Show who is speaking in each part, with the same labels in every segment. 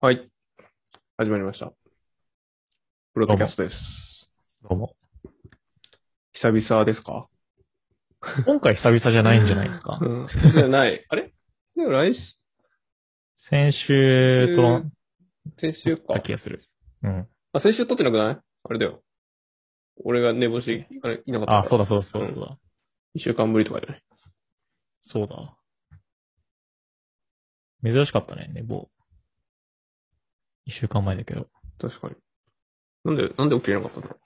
Speaker 1: はい。始まりました。プロトキャストです。
Speaker 2: どうも。
Speaker 1: 久々ですか
Speaker 2: 今回久々じゃないんじゃないですか
Speaker 1: う。ん。じゃ ない。あれでも来
Speaker 2: 先週と、
Speaker 1: 週、先週
Speaker 2: だ
Speaker 1: か
Speaker 2: っ。た気がする。うん。
Speaker 1: あ、先週撮ってなくないあれだよ。俺が寝坊して、あれ、いなかったから。
Speaker 2: あ、そうだそうだそうだそうだ。
Speaker 1: 一週間ぶりとかじゃない
Speaker 2: そうだ。珍しかったね、寝坊。一週間前だけど。
Speaker 1: 確かに。なんで、なんで起きれなかったんだ ろう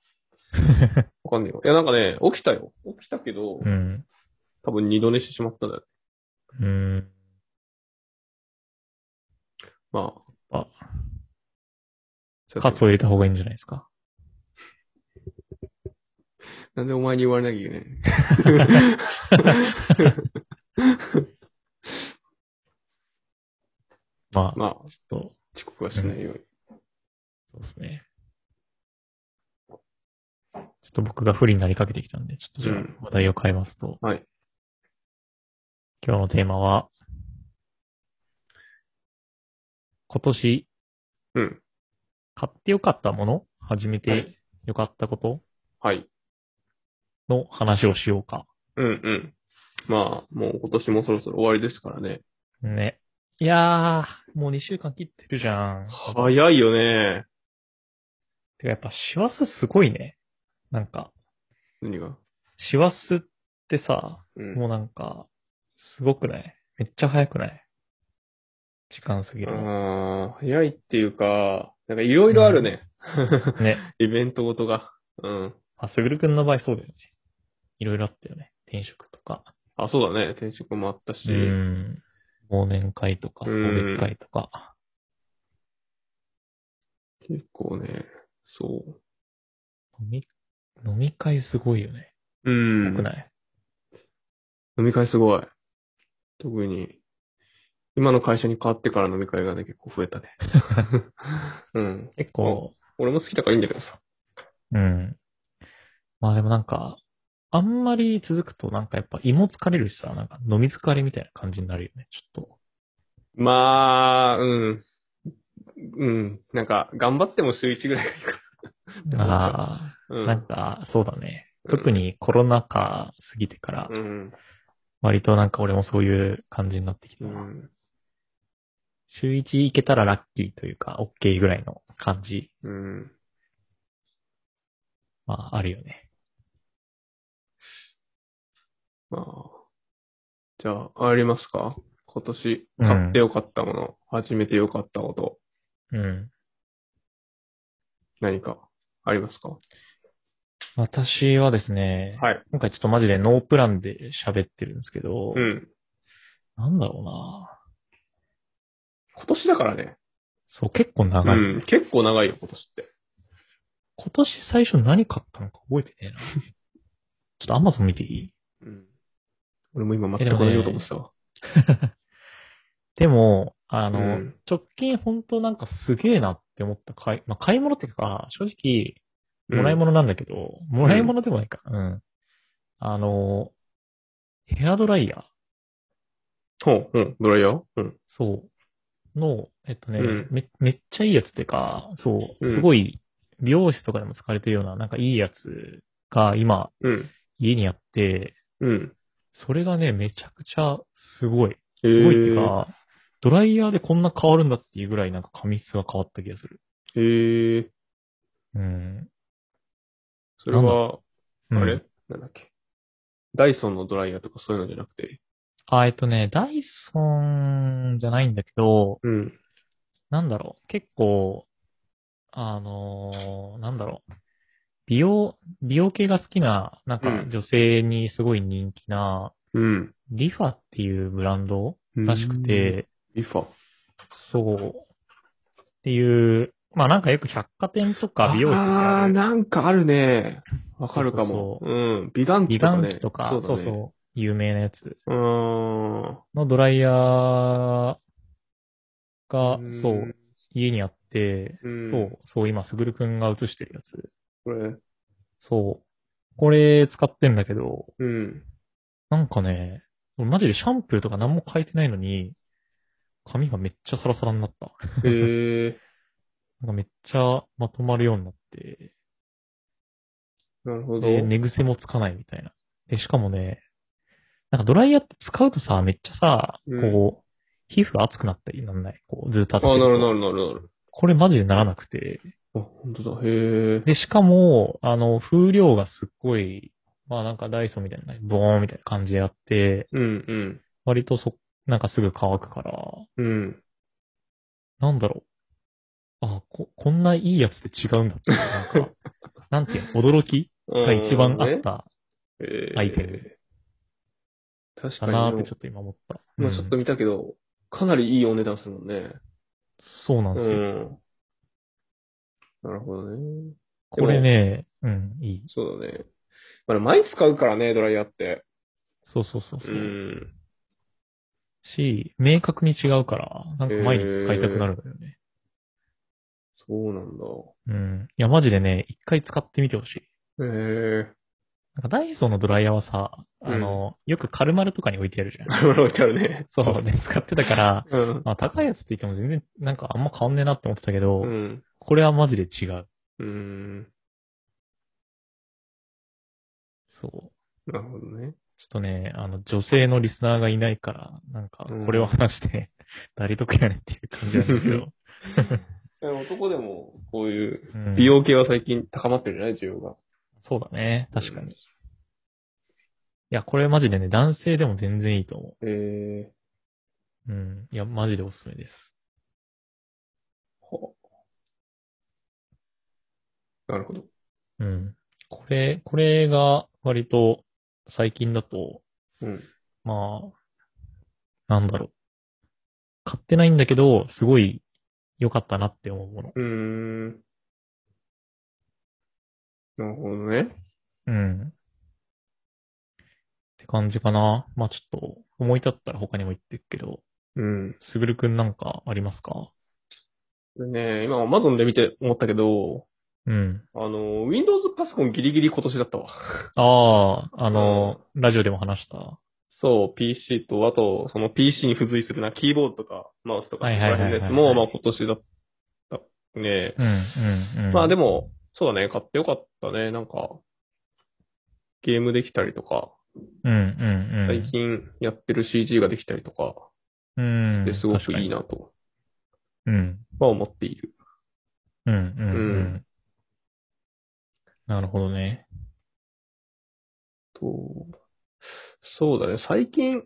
Speaker 1: わかんないよ。いや、なんかね、起きたよ。起きたけど、
Speaker 2: うん。
Speaker 1: 多分二度寝してしまったんだよ。
Speaker 2: うん。
Speaker 1: まあ。
Speaker 2: あカツを入れた方がいいんじゃないですか。
Speaker 1: なんでお前に言われなきゃいけ ない の
Speaker 2: まあ、
Speaker 1: まあ、
Speaker 2: ちょっと、
Speaker 1: 遅刻はしないように。
Speaker 2: そうですね。ちょっと僕が不利になりかけてきたんで、ちょっとじゃ
Speaker 1: うん
Speaker 2: あ話題を変えますと。
Speaker 1: はい。
Speaker 2: 今日のテーマは、今年
Speaker 1: うん。
Speaker 2: 買ってよかったもの始め
Speaker 1: は
Speaker 2: て
Speaker 1: い
Speaker 2: よかったこと
Speaker 1: はい。
Speaker 2: の話をしようか。
Speaker 1: うんうん。まあ、もう今年もそろそろ終わりですからね。
Speaker 2: ね。いやー、もう2週間切ってるじゃん。
Speaker 1: 早いよね。
Speaker 2: てかやっぱ師走すごいね。なんか、
Speaker 1: 何が。
Speaker 2: 師走ってさ、
Speaker 1: うん。
Speaker 2: もうなんか、すごくないめっちゃ早くない時間過ぎるの。
Speaker 1: あー早いっていうか、なんかいろいろあるね。
Speaker 2: ね。
Speaker 1: イベントごとが。うん。
Speaker 2: あ、すぐるくんの場合そうだよね。いろいろあったよね。転職とか。
Speaker 1: あ、そうだね。転職もあったし。
Speaker 2: うん。忘年会とか、送別会とか。
Speaker 1: 結構ね、そう。
Speaker 2: 飲み、飲み会すごいよね。
Speaker 1: う
Speaker 2: す
Speaker 1: ん。
Speaker 2: ごくない、
Speaker 1: 飲み会すごい。特に、今の会社に変わってから飲み会がね、結構増え たね。うん。
Speaker 2: 結構、
Speaker 1: 俺も好きだからいいんだけどさ。
Speaker 2: うん。まあでもなんか、あんまり続くとなんかやっぱ胃も疲れるしさ、なんか飲み疲れみたいな感じになるよね、ちょっと。
Speaker 1: まあ、うん。うん。なんか、頑張っても週1ぐらいがいいかな。
Speaker 2: あ
Speaker 1: う
Speaker 2: あ、
Speaker 1: ん。
Speaker 2: なんか、そうだね。
Speaker 1: うん
Speaker 2: 特にコロナ禍過ぎてから
Speaker 1: う、ん。
Speaker 2: 割となんか俺もそういう感じになってきた
Speaker 1: う
Speaker 2: な。
Speaker 1: ん。
Speaker 2: 週1行けたらラッキーというか、OK ぐらいの感じ。
Speaker 1: うん。
Speaker 2: まあ、あるよね。
Speaker 1: まあ。じゃあ、ありますか今年、買ってよかったもの、始めてよかったこと、
Speaker 2: うん。
Speaker 1: 何かありますか
Speaker 2: 私はですね、
Speaker 1: はい。
Speaker 2: 今回ちょっとマジでノープランで喋ってるんですけど、
Speaker 1: うん。
Speaker 2: なんだろうな
Speaker 1: 今年だからね。
Speaker 2: そう、結構長い。
Speaker 1: うん。結構長いよ、今年って。
Speaker 2: 今年最初何買ったのか覚えてねえな。 ちょっとアマゾン見ていい
Speaker 1: うん。俺も今全く同じこと思ってたわ。
Speaker 2: でも、あの、
Speaker 1: うん
Speaker 2: 直近ほんとなんかすげえなって思った買い、まあ、買い物っていうか、正直、もらい物なんだけど、もらい物でもないか、うん。あの、ヘアドライヤー、
Speaker 1: うん。うん。ドライヤーうん。
Speaker 2: そう、の、えっとね、
Speaker 1: うん
Speaker 2: め、めっちゃいいやつってか、そうう、
Speaker 1: ん
Speaker 2: すごい、美容室とかでも使われてるような、なんかいいやつが今、
Speaker 1: うん。
Speaker 2: 家にあって、
Speaker 1: うん。
Speaker 2: それがね、めちゃくちゃすごい。
Speaker 1: え
Speaker 2: すごいっていうか、ドライヤーでこんな変わるんだっていうぐらいなんか髪質が変わった気がする。
Speaker 1: えー。
Speaker 2: うん。
Speaker 1: それは、
Speaker 2: うん
Speaker 1: あれ、なんだっけ。ダイソンのドライヤーとかそういうのじゃなくて。
Speaker 2: あ、えっとね、ダイソンじゃないんだけど、
Speaker 1: うん。
Speaker 2: なんだろう、結構、あのーなんだろう、美容、美容系が好きな、なんか
Speaker 1: うん
Speaker 2: 女性にすごい人気な、
Speaker 1: うん。
Speaker 2: リファっていうブランドらしくて、
Speaker 1: うん。リファ。
Speaker 2: そう。っていう、まあなんかよく百貨店とか美容室に
Speaker 1: あ
Speaker 2: あ
Speaker 1: ー、
Speaker 2: る
Speaker 1: なんかあるね。わかるかも。
Speaker 2: そううそ
Speaker 1: ん。美顔器
Speaker 2: 美
Speaker 1: とかね。
Speaker 2: 顔器とか、
Speaker 1: そ
Speaker 2: そうう
Speaker 1: だ
Speaker 2: そう
Speaker 1: ね
Speaker 2: 有名なやつ
Speaker 1: うーん。
Speaker 2: のドライヤーが、
Speaker 1: ん
Speaker 2: そう、。家にあって、
Speaker 1: うん
Speaker 2: そう、そう、今、すぐるくんが映してるやつ。
Speaker 1: これ。
Speaker 2: そう。これ使ってんだけど、
Speaker 1: うん。
Speaker 2: なんかね、マジでシャンプーとか何も変えてないのに、髪がめっちゃサラサラになった。
Speaker 1: へえ
Speaker 2: なんかめっちゃまとまるようになって、
Speaker 1: なるほど。
Speaker 2: で、寝癖もつかないみたいな。で、しかもね、なんかドライヤーって使うとさ、めっちゃさ、
Speaker 1: うん
Speaker 2: こう、皮膚が熱くなったりなんない。こう、ずっと
Speaker 1: あ、
Speaker 2: 当たっ
Speaker 1: な
Speaker 2: て
Speaker 1: る
Speaker 2: る
Speaker 1: な
Speaker 2: と
Speaker 1: るなるなる。
Speaker 2: これマジでならなくて。
Speaker 1: あ、本当だ。へえ。
Speaker 2: で、しかも、あの、風量がすっごい、まあなんかダイソーみたいな、ボーンみたいな感じであって、
Speaker 1: うん、うん。
Speaker 2: 割とそ、なんかすぐ乾くから、
Speaker 1: うん。
Speaker 2: なんだろう。あこ、こんないいやつって違うんだっていう、な んか、なんていうの、驚きが一番あっ
Speaker 1: た
Speaker 2: たアイテム
Speaker 1: 確か
Speaker 2: か
Speaker 1: に
Speaker 2: なーってち
Speaker 1: ち
Speaker 2: ょっと今思った。
Speaker 1: 今ちょっと
Speaker 2: うん
Speaker 1: 見たけど、かなりいいお値段するもんね。
Speaker 2: そうな
Speaker 1: うん
Speaker 2: ですよ。
Speaker 1: ん。なるほどね。
Speaker 2: これね、うん、いい。
Speaker 1: そうだね。まあ、毎使うからね、ドライヤーって。
Speaker 2: そうそうそう
Speaker 1: う
Speaker 2: そう、
Speaker 1: ん。
Speaker 2: し、明確に違うから、なんか毎日使いたくなるんだよね。
Speaker 1: そうなんだ。
Speaker 2: うん。いや、マジでね、一回使ってみてほしい。
Speaker 1: へえ。
Speaker 2: なんかダイソーのドライヤーはさ、あの、よくカルマルとかに置いてあるじゃん。
Speaker 1: あれ置いてあるね。
Speaker 2: そうね、使ってたから、
Speaker 1: うん。
Speaker 2: まあ高いやつって言っても全然なんかあんま変わんねえなって思ってたけど、
Speaker 1: うん。
Speaker 2: これはマジで違う。
Speaker 1: うん。
Speaker 2: そう。ち
Speaker 1: な
Speaker 2: ょ
Speaker 1: るほどね。
Speaker 2: っとね、あの、女性のリスナーがいないから、なんか、これを話して、 誰得やねんっていう感じなんですけ ど。
Speaker 1: 男でも、こういう、
Speaker 2: うん
Speaker 1: 美容系は最近高まってるじゃない需要が。
Speaker 2: そうだね。確かに。いや、これマジでね、男性でも全然いいと思
Speaker 1: へえ。
Speaker 2: う。うん。いや、マジでおすすめです。
Speaker 1: はあなるほど。
Speaker 2: うん。これ、これが割と最近だと、
Speaker 1: うん。
Speaker 2: まあ、なんだろう。買ってないんだけど、すごい良かったなって思うもの。
Speaker 1: うーん。なるほどね。
Speaker 2: うん。って感じかな。まあちょっと、思い立ったら他にも言ってくけど、
Speaker 1: うん。
Speaker 2: すぐるくんなんかありますか
Speaker 1: でね、今 Amazon で見て思ったけど、
Speaker 2: うん。
Speaker 1: あの、Windows パソコンギリギリ今年だったわ。
Speaker 2: ああ、あの、ラジオでも話した。
Speaker 1: そう、PC と、あと、その PC に付随するな、キーボードとか、マウスとか、
Speaker 2: は
Speaker 1: そ
Speaker 2: い
Speaker 1: こ
Speaker 2: は
Speaker 1: ら
Speaker 2: いはいは
Speaker 1: 辺
Speaker 2: い
Speaker 1: のやつも、まあ今年だったね。
Speaker 2: うん、うん、うん。
Speaker 1: まあで
Speaker 2: も、
Speaker 1: も、そうだね、買ってよかったね、なんか、ゲームできたりとか、
Speaker 2: うん、うん、うん。
Speaker 1: 最近やってる CG ができたりとか、
Speaker 2: うん。
Speaker 1: ですごくいい
Speaker 2: な。
Speaker 1: なと
Speaker 2: うん。
Speaker 1: は思っている。
Speaker 2: うん、う
Speaker 1: う
Speaker 2: ん、う。
Speaker 1: ん
Speaker 2: なるほどね。
Speaker 1: と、そうだね。最近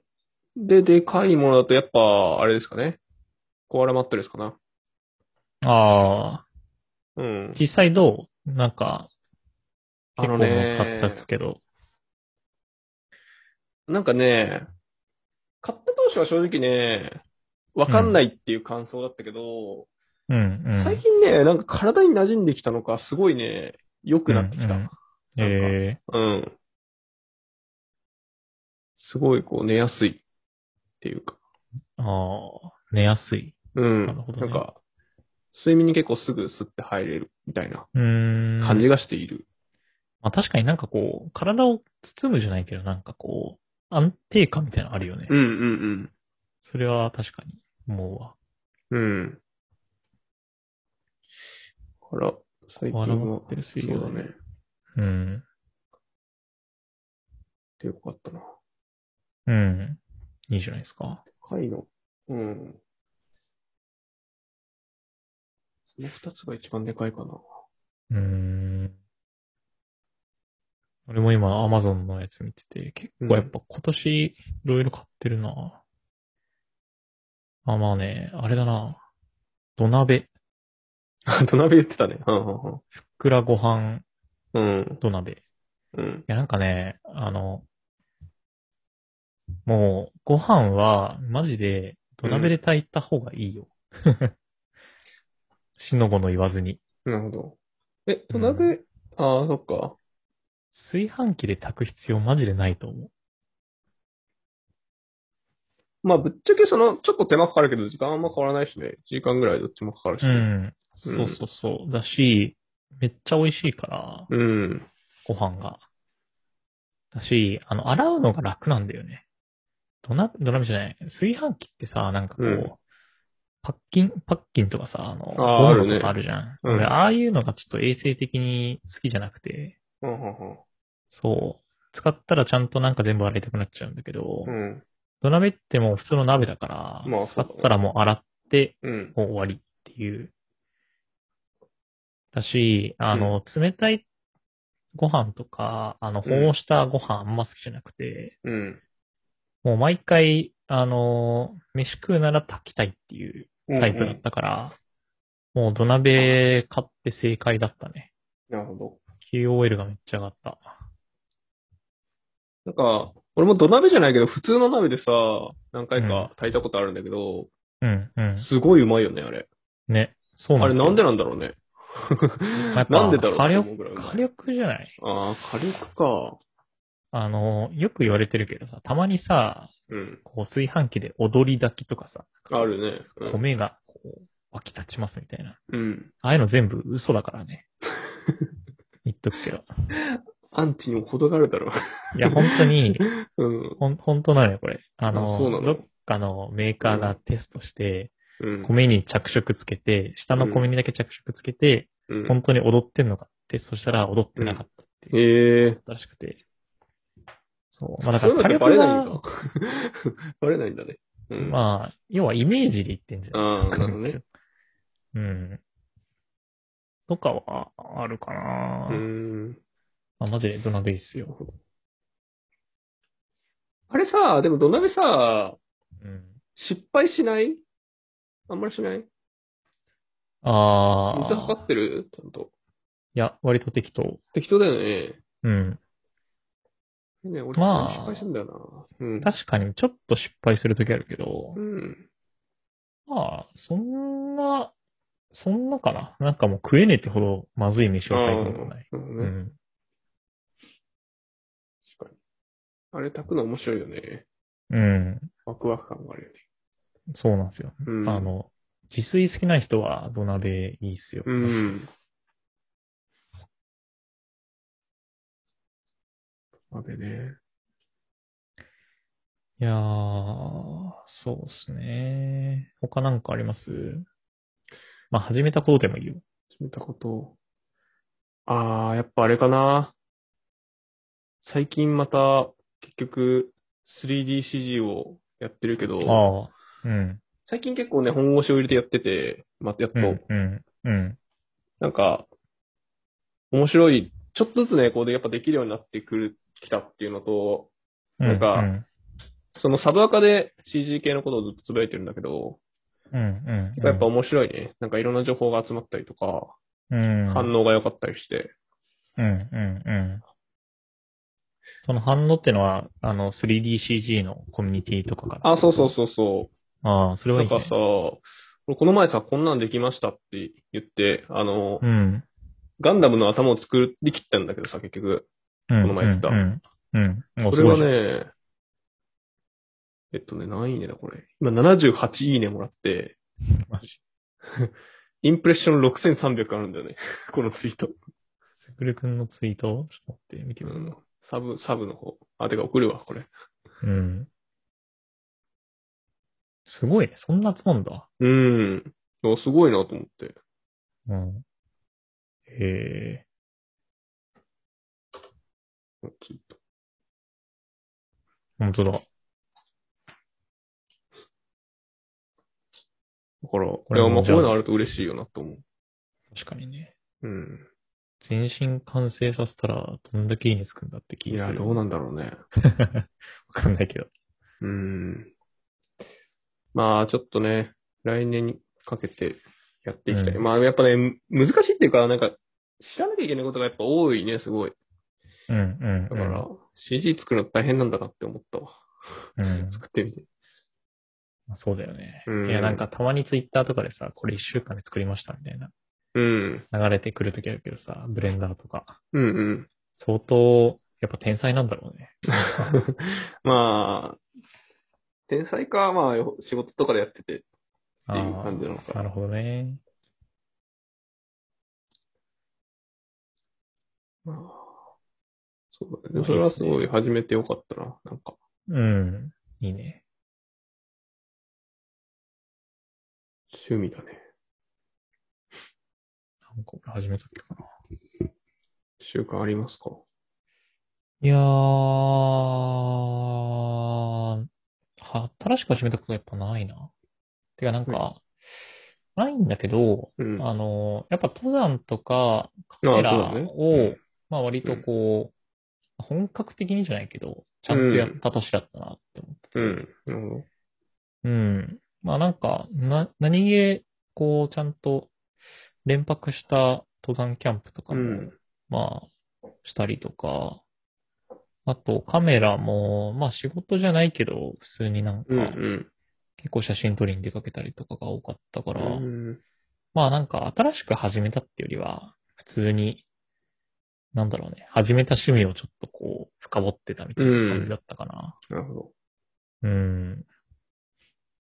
Speaker 1: ででかいものだとやっぱ、あれですかね。コアラマットレスかな。
Speaker 2: ああ、
Speaker 1: うん。
Speaker 2: 実際どうなんか、
Speaker 1: あ
Speaker 2: 結
Speaker 1: の
Speaker 2: 構もう使った
Speaker 1: ね
Speaker 2: っす、けど。
Speaker 1: なんかね、買った当初は正直ね、わかんないっていう感想だったけど、
Speaker 2: うん、うん。
Speaker 1: 最近ね、なんか体に馴染んできたのか、すごいね、良くなってきた。
Speaker 2: う
Speaker 1: うんん、
Speaker 2: うんえ
Speaker 1: すごいこう寝やすいっていうか。
Speaker 2: ー、ああ、寝やすい。
Speaker 1: うん。
Speaker 2: なるほどね
Speaker 1: なんか、睡眠に結構すぐスッて入れるみたいな
Speaker 2: うーん。
Speaker 1: 感じがしている。
Speaker 2: まあ確かになんかこう、体を包むじゃないけど、なんかこう、安定感みたいなのあるよね。
Speaker 1: うんうん
Speaker 2: それは確かに、思うわ。
Speaker 1: うん。うん。あら、最近は、
Speaker 2: 笑ってる水
Speaker 1: そう
Speaker 2: 量
Speaker 1: だ
Speaker 2: だね
Speaker 1: ね。
Speaker 2: うん。
Speaker 1: でよかったな。
Speaker 2: うん。いいじゃないですか。
Speaker 1: 貝の、うん。その二つが一番でかいかな。
Speaker 2: うーん。俺も今、アマゾンのやつ見てて、結構やっぱ今年、いろいろ買ってるな。あ、まあね、あれだな。土鍋。
Speaker 1: あ、土鍋言ってたね。うんうん
Speaker 2: ふっくらご飯
Speaker 1: うん。うん。
Speaker 2: 土鍋。い
Speaker 1: うん。
Speaker 2: や、なんかね、あの、もう、ご飯は、マジで、土鍋で炊いた方がいいよ。 しのごの言わずに。
Speaker 1: なるほど。え、土鍋、ああ、そっか。
Speaker 2: 炊飯器で炊く必要マジでないと思う。
Speaker 1: まあ、ぶっちゃけその、ちょっと手間かかるけど、時間あんま変わらないしね。1時間ぐらいどっちもかかるし。
Speaker 2: うん。そうそうそう。だし、めっちゃ美味しいから、
Speaker 1: うん。
Speaker 2: ご飯が。だし、あの、洗うのが楽なんだよね。土鍋、土鍋じゃない。炊飯器ってさ、なんかこう、
Speaker 1: うん
Speaker 2: パッキン、パッキンとかさ、あの、
Speaker 1: あー
Speaker 2: ゴムとか
Speaker 1: あ
Speaker 2: あ
Speaker 1: る
Speaker 2: るじゃん。
Speaker 1: うん
Speaker 2: 俺ああいうのがちょっと衛生的に好きじゃなくて、
Speaker 1: うんうん
Speaker 2: そう。使ったらちゃんとなんか全部洗いたくなっちゃうんだけど、
Speaker 1: うん。うん。
Speaker 2: 土鍋ってもう普通の鍋だから、
Speaker 1: まあそうだ
Speaker 2: 使っ
Speaker 1: ね
Speaker 2: たらもう洗って、
Speaker 1: うん。
Speaker 2: もう終わりっていう。だし、あの、冷たいご飯とか、あの、保温したご飯あんま好きじゃなくて、
Speaker 1: うん。
Speaker 2: もう毎回、あの、飯食うなら炊きたいっていうタイプだったから、もう土鍋買って正解だったね。
Speaker 1: なるほど。
Speaker 2: QOL がめっちゃ上がった。
Speaker 1: なんか、俺も土鍋じゃないけど、普通の鍋でさ、何回か炊いたことあるんだけど、
Speaker 2: うん、う
Speaker 1: すごいうまいよね、あれ。
Speaker 2: ん。ね。そう
Speaker 1: あ
Speaker 2: なん
Speaker 1: れ
Speaker 2: ですよ。
Speaker 1: なんでなんだろうね。
Speaker 2: やっ ぱ
Speaker 1: なんでだろう
Speaker 2: 火
Speaker 1: ね
Speaker 2: 力
Speaker 1: 僕らが
Speaker 2: 火力じゃない
Speaker 1: ああ、火力か。
Speaker 2: あの、よく言われてるけどさ、たまにさ、
Speaker 1: うん。
Speaker 2: こう炊飯器で踊り炊きとかさ、
Speaker 1: あるね。うん。
Speaker 2: 米がこう湧き立ちますみたいな。
Speaker 1: うん。
Speaker 2: ああいうの全部嘘だか らね。言っとくけど。
Speaker 1: アンチにも程があるだろ
Speaker 2: いや、本当に、
Speaker 1: う。 うん。
Speaker 2: ほん、本当なのよ、これ。あ
Speaker 1: あそうな
Speaker 2: の、
Speaker 1: の
Speaker 2: どっかのメーカーがテストして、
Speaker 1: うん。
Speaker 2: 米に着色つけて、下の米にだけ着色つけて、
Speaker 1: うん
Speaker 2: 本当に踊ってんのかテストしたら踊ってなかったっていう、
Speaker 1: へえ。
Speaker 2: らしくて。そう。まあだか
Speaker 1: そういうのっ
Speaker 2: ら火
Speaker 1: て
Speaker 2: 力
Speaker 1: バレない
Speaker 2: は、
Speaker 1: んだ。 バレないんだね。うん。あ。
Speaker 2: まあ、要はイメージで言ってんじゃん。
Speaker 1: ああ、なるほど ね。
Speaker 2: うん。とかはあるかな、
Speaker 1: うーん。
Speaker 2: まあ、マジで土鍋いいっすよ。
Speaker 1: あれさ、でも土鍋さ、
Speaker 2: うん。
Speaker 1: 失敗しないあんまりしない水
Speaker 2: あ
Speaker 1: 測
Speaker 2: あ。
Speaker 1: ってるちゃんと。
Speaker 2: いや、割と適当。
Speaker 1: 適当だよね。
Speaker 2: うん。
Speaker 1: ね、俺、
Speaker 2: まあ
Speaker 1: 失敗したんだよな。うん。
Speaker 2: 確かにちょっと失敗するときあるけど
Speaker 1: う、ん。
Speaker 2: まあ、そんな、そんなかな。なんかもう食えねえってほどまずい飯を食べたことない。
Speaker 1: あーなるほど
Speaker 2: う
Speaker 1: ね
Speaker 2: ん。
Speaker 1: 確かに。あれ炊くの面白いよね。
Speaker 2: うん。
Speaker 1: ワクワク感があるよね。
Speaker 2: そうなんですよ。
Speaker 1: うん。
Speaker 2: あの、自炊好きな人は土鍋いいっすよ。
Speaker 1: うん。鍋ね。
Speaker 2: いやー、そうですね。他なんかありますまあ、始めたことでもいいよ。
Speaker 1: 決めたこと。あー、やっぱあれかな。最近また、結局、3DCG をやってるけど、
Speaker 2: ああ、うん。
Speaker 1: 最近結構ね、本腰を入れてやってて、またやっと、
Speaker 2: うん、うん、うん。
Speaker 1: なんか、面白い、ちょっとずつね、こうでやっぱできるようになってくる、きたっていうのと、なんか
Speaker 2: うん、
Speaker 1: そのサブアカで CG 系のことをずっとつぶやいてるんだけど、
Speaker 2: うん、うん。うん
Speaker 1: やっぱ面白いね。なんかいろんな情報が集まったりとか、
Speaker 2: うん、
Speaker 1: 反応が良かったりして。
Speaker 2: うん、うん、うん。その反応ってのは、あの、3DCG のコミュニティとかから。
Speaker 1: あ、そうそうそうそ
Speaker 2: ああ、それ
Speaker 1: う。
Speaker 2: は
Speaker 1: ない
Speaker 2: い、
Speaker 1: ん
Speaker 2: ね。
Speaker 1: かさ、俺この前さ、こんなんできましたって言って、あの、
Speaker 2: うん。
Speaker 1: ガンダムの頭を作りきったんだけどさ、結局。
Speaker 2: うん。
Speaker 1: この前言った
Speaker 2: うん。うん。うん
Speaker 1: これは、ね、えっとね、何いいねだ、これ。今78いいねもらって、
Speaker 2: マジ
Speaker 1: インプレッション6300あるんだよね。 このツイート。
Speaker 2: すぐるくんのツイートちょっと待って、見て
Speaker 1: う
Speaker 2: みる。
Speaker 1: んサブ、サブの方。あ、てか送るわ、これ。
Speaker 2: うん。すごいね。そんな集まんだ。
Speaker 1: うん。あすごいなと思って。
Speaker 2: うん。へえ。
Speaker 1: ツイート
Speaker 2: 本当だ。
Speaker 1: だから、こ
Speaker 2: れ
Speaker 1: れ
Speaker 2: も
Speaker 1: はまあ
Speaker 2: じ
Speaker 1: こう
Speaker 2: ゃあ
Speaker 1: いうのあると嬉しいよなと思う。
Speaker 2: 確かにね。
Speaker 1: うん。
Speaker 2: 全身完成させたら、どんだけいいねつくんだって気
Speaker 1: い
Speaker 2: がす
Speaker 1: や、
Speaker 2: る。
Speaker 1: どうなんだろうね。
Speaker 2: わかんないけど。
Speaker 1: うん。まあ、ちょっとね、来年にかけてやっていきたい。
Speaker 2: うん
Speaker 1: まあ、やっぱね、む難しいっていうか、なんか、知らなきゃいけないことがやっぱ多いね、すごい。
Speaker 2: うんうん。
Speaker 1: だから、CG 作るの大変なんだなって思ったわ。
Speaker 2: うん。
Speaker 1: 作ってみて。
Speaker 2: まあそうだよね。
Speaker 1: うん
Speaker 2: いや、なんかたまにツイッターとかでさ、これ一週間で作りましたみたいな
Speaker 1: うん。
Speaker 2: 流れてくるときあるけどさ、ブレンダーとか。
Speaker 1: うんうん。
Speaker 2: 相当、やっぱ天才なんだろうね。
Speaker 1: まあ、天才か、まあ、よ仕事とかでやってて。
Speaker 2: あ
Speaker 1: っていう感じなのか
Speaker 2: ーなるほどね。
Speaker 1: まあそうだね。それはすごい始めてよかったな、なんか。
Speaker 2: うん。いいね。
Speaker 1: 趣味だね。
Speaker 2: なんか俺始めたっけかな。
Speaker 1: 習慣ありますか
Speaker 2: いやー、は、新しく始めたことやっぱないな。てかなんか、
Speaker 1: は
Speaker 2: ないんだけど、
Speaker 1: うん。
Speaker 2: あの、やっぱ登山とか、カ
Speaker 1: あ
Speaker 2: メ
Speaker 1: そう
Speaker 2: ラ
Speaker 1: だね
Speaker 2: を、
Speaker 1: うん
Speaker 2: まあ割とこう、本格的にじゃないけど、ちゃんとやった年だったなって思ってて。
Speaker 1: うん。なるほど。
Speaker 2: うん。まあなんか、な、何気、こう、ちゃんと、連泊した登山キャンプとか
Speaker 1: う
Speaker 2: も、
Speaker 1: ん。
Speaker 2: まあ、したりとか、あとカメラも、まあ仕事じゃないけど、普通になんか、
Speaker 1: うん。うん。
Speaker 2: 結構写真撮りに出かけたりとかが多かったから、
Speaker 1: うん
Speaker 2: まあなんか新しく始めたってよりは、普通に、なんだろうね、始めた趣味をちょっとこう、深掘ってたみたいな感じだったかな。
Speaker 1: なるほど。
Speaker 2: うん。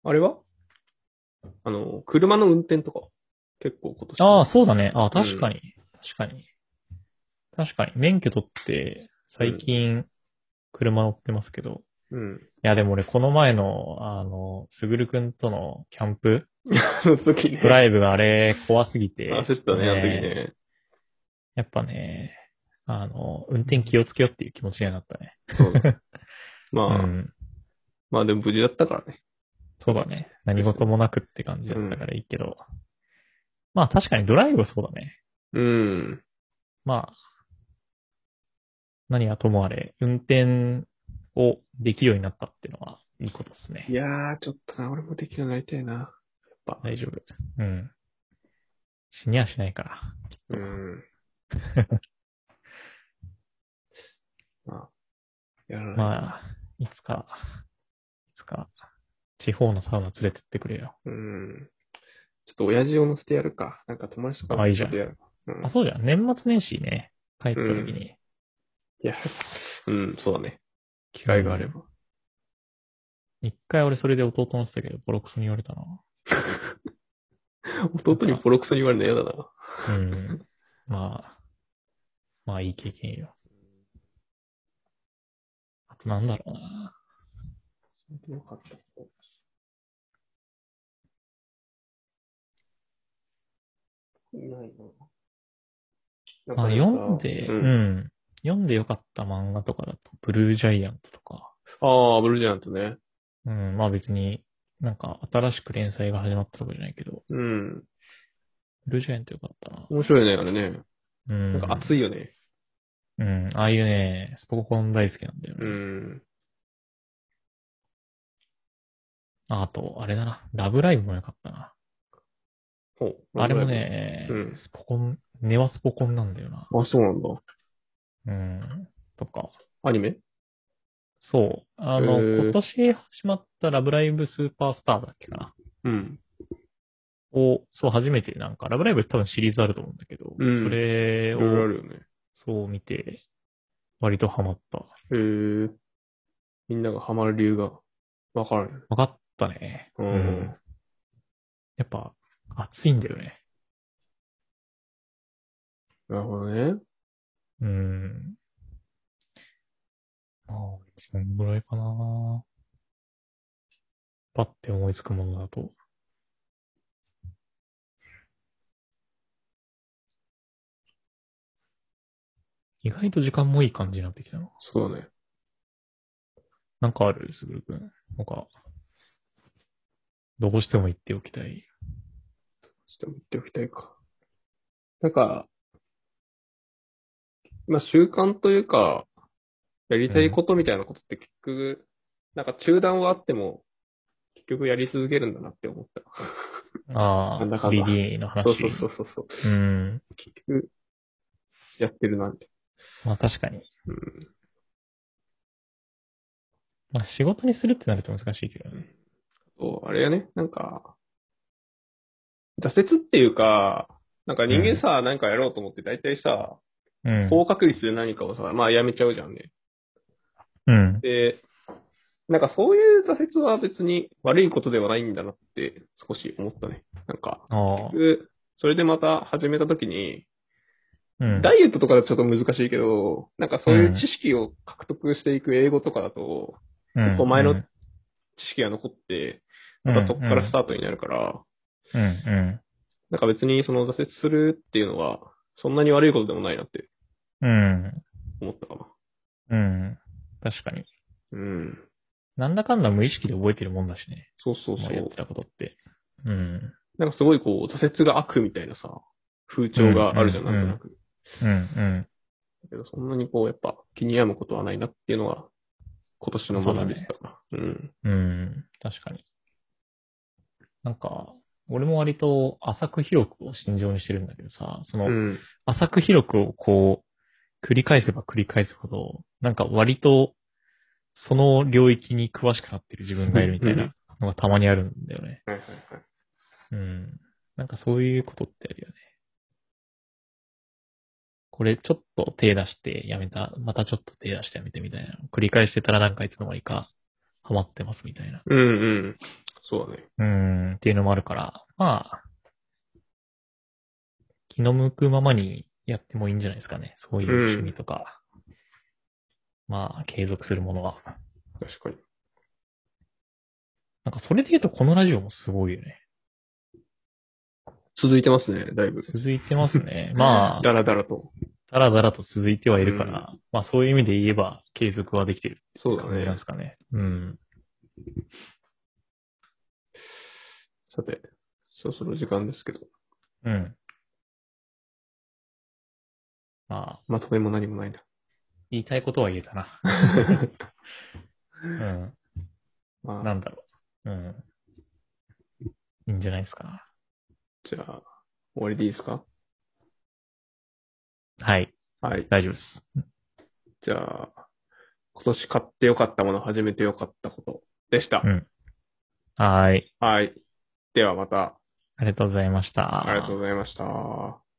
Speaker 1: あれはあの、車の運転とか、結構今年。
Speaker 2: ああ、そうだね。ああ、確かに、確かに。確かに。免許取って、最近、車乗ってますけど。
Speaker 1: うん。
Speaker 2: いや、でも俺、この前の、あの、すぐるくんとのキャンプ、
Speaker 1: あの時ね。
Speaker 2: ドライブがあれ、怖すぎて。
Speaker 1: 焦った ね、あの時ね。
Speaker 2: やっぱね、あの、運転気をつけようっていう気持ちにはなったね。
Speaker 1: そう だね。ま
Speaker 2: う
Speaker 1: あ、
Speaker 2: ん。
Speaker 1: まあでも無事だったからね。
Speaker 2: そうだね。何事もなくって感じだったからいいけど。まあ確かにドライブはそうだね。
Speaker 1: うん。
Speaker 2: まあ、何はともあれ、運転をできるようになったっていうのはいいことです
Speaker 1: い
Speaker 2: ね。
Speaker 1: やー、ちょっとな、俺もできるようになりたいな。やっぱ。
Speaker 2: 大丈夫。うん。死にはしないから。
Speaker 1: う ん。まあ、やらない。
Speaker 2: まあ、いつか、いつか、地方のサウナ連れてってくれよ。
Speaker 1: うん。ちょっと親父を乗せてやるか。なんか友達とか
Speaker 2: あいいじゃん
Speaker 1: 乗せてやる。うん。
Speaker 2: あ、そうじゃん。年末年始ね、帰った時に。
Speaker 1: いや、うん、そうだね。機会があれば。
Speaker 2: 一回俺それで弟乗せたけど、ボロクソに言われたな。
Speaker 1: 弟にボロクソに言われるの嫌だな。
Speaker 2: うん。まあ、まあいい経験よ。あとなんだろうな。
Speaker 1: よかった。いないな。
Speaker 2: まあ読んで、う、
Speaker 1: うんん、
Speaker 2: 読んでよかった漫画とかだと、ブルージャイアントとか。
Speaker 1: ああ、ブルージャイアントね。
Speaker 2: うん、まあ別に、なんか新しく連載が始まったわけじゃないけど、
Speaker 1: うん。
Speaker 2: ブルージャイアントよかったな。
Speaker 1: 面白いね、あれね。
Speaker 2: うん。
Speaker 1: なんか熱
Speaker 2: い。
Speaker 1: いよね。
Speaker 2: うん、ああいうね、スポコン大好きなんだよね。
Speaker 1: うん。
Speaker 2: ああと、あれだな、ラブライブもよかったな。
Speaker 1: ほう
Speaker 2: あれも。ね、
Speaker 1: うん
Speaker 2: スポコン、根はスポコンなんだよな。
Speaker 1: あ、そうなんだ。
Speaker 2: うん。とか。
Speaker 1: アニメ
Speaker 2: そう。あの、
Speaker 1: へー
Speaker 2: 今年始まったラブライブスーパースターだっけかな。
Speaker 1: うん。
Speaker 2: を、そう、初めてなんか、ラブライブ多分シリーズあると思うんだけど、
Speaker 1: うん
Speaker 2: それ
Speaker 1: いろいろあ
Speaker 2: を、
Speaker 1: るよね。
Speaker 2: そう見て、割とハマった。
Speaker 1: へえ。みんながハマる理由がわからんよね。
Speaker 2: わかったね。
Speaker 1: う
Speaker 2: うんんやっぱ、熱いんだよね。
Speaker 1: なるほどね。
Speaker 2: うん。まあ、そんぐらいかな。パッて思いつくものだと。意外と時間もいい感じになってきたな。
Speaker 1: そうだね。
Speaker 2: なんかあるすぐるくん。なんか、どうしても言っておきたい。
Speaker 1: ちょっと言っておきたいか。なんか、まあ習慣というか、やりたいことみたいなことって結局、なんか中断はあっても、結局やり続けるんだなって思った。
Speaker 2: あ
Speaker 1: なんだ
Speaker 2: あ、
Speaker 1: かんだ
Speaker 2: 3D の話。
Speaker 1: そうそうそうそうそう。
Speaker 2: うん。
Speaker 1: 結局、やってるな、みたい
Speaker 2: まあ確かに。
Speaker 1: な。
Speaker 2: まあ仕事にするってなると難しいけどね。
Speaker 1: うん。そう、あれやね、なんか、挫折っていうか、なんか人間さ、なんかやろうと思って大体さ、
Speaker 2: うん。
Speaker 1: 高確率で何かをさ、まあやめちゃうじゃんね。
Speaker 2: うん。
Speaker 1: で、なんかそういう挫折は別に悪いことではないんだなって少し思ったね。なんか、
Speaker 2: ああ。
Speaker 1: 僕それでまた始めた時に、
Speaker 2: うん。
Speaker 1: ダイエットとかだとちょっと難しいけど、なんかそういう知識を獲得していく英語とかだと、
Speaker 2: うん
Speaker 1: 構前の
Speaker 2: うん
Speaker 1: 知識が残って、またそこからスタートになるから、
Speaker 2: うん、う
Speaker 1: なんか別にその挫折するっていうのは、そんなに悪いことでもないなって
Speaker 2: ん。うん。
Speaker 1: 思ったかな。
Speaker 2: うん。確かに。
Speaker 1: うん。
Speaker 2: なんだかんだ無意識で覚えてるもんだしね。
Speaker 1: そうそうそ
Speaker 2: まあやっ
Speaker 1: う
Speaker 2: て。たことって。うん。
Speaker 1: なんかすごいこう、挫折が悪みたいなさ、風潮があるじゃん、
Speaker 2: うんう
Speaker 1: なんんとなく。
Speaker 2: うん、うん。
Speaker 1: だけど、そんなにこう、やっぱ気に病むことはないなっていうのが、今年の学びでしたかな。うん。
Speaker 2: うん、確かに。なんか、俺も割と浅く広くを心情にしてるんだけどさ、その、
Speaker 1: うん。
Speaker 2: 浅く広くをこう、繰り返せば繰り返すほど、なんか割と、その領域に詳しくなってる自分がいるみたいなのがたまにあるんだよね。
Speaker 1: はいはいはい。
Speaker 2: うん。なんかそういうことってあるよね。これちょっと手出してやめた、またちょっと手出してやめてみたいな。繰り返してたらなんかいつの間にかハマってますみたいな。
Speaker 1: うんうん。そうだね。
Speaker 2: うん、っていうのもあるから、まあ、気の向くままにやってもいいんじゃないですかね。そういう趣味とか。まあ、継続するものは。
Speaker 1: 確かに。
Speaker 2: なんかそれで言うとこのラジオもすごいよね。
Speaker 1: 続いてますね、だいぶ。
Speaker 2: 続いてますね。まあ、
Speaker 1: だらだらと。
Speaker 2: だらだらと続いてはいるから、まあそういう意味で言えば継続はできてる
Speaker 1: そうだ
Speaker 2: 感じなん
Speaker 1: ね
Speaker 2: です。かね。うん。
Speaker 1: さて、そろそろ時間ですけど、
Speaker 2: うん。まあ、
Speaker 1: まとめも何もない な。
Speaker 2: 言いたいことは言えたな。 うん。
Speaker 1: ま
Speaker 2: な
Speaker 1: あ、
Speaker 2: んだろう。うん。いいんじゃないですか。
Speaker 1: じゃあ、終わりでいいですか
Speaker 2: はい。
Speaker 1: はい。
Speaker 2: 大丈夫です。
Speaker 1: じゃあ、今年買ってよかったもの、始めてよかったことでした
Speaker 2: う。ん。はーい。
Speaker 1: はい。ではまた、
Speaker 2: ありがとうございました。
Speaker 1: ありがとうございました。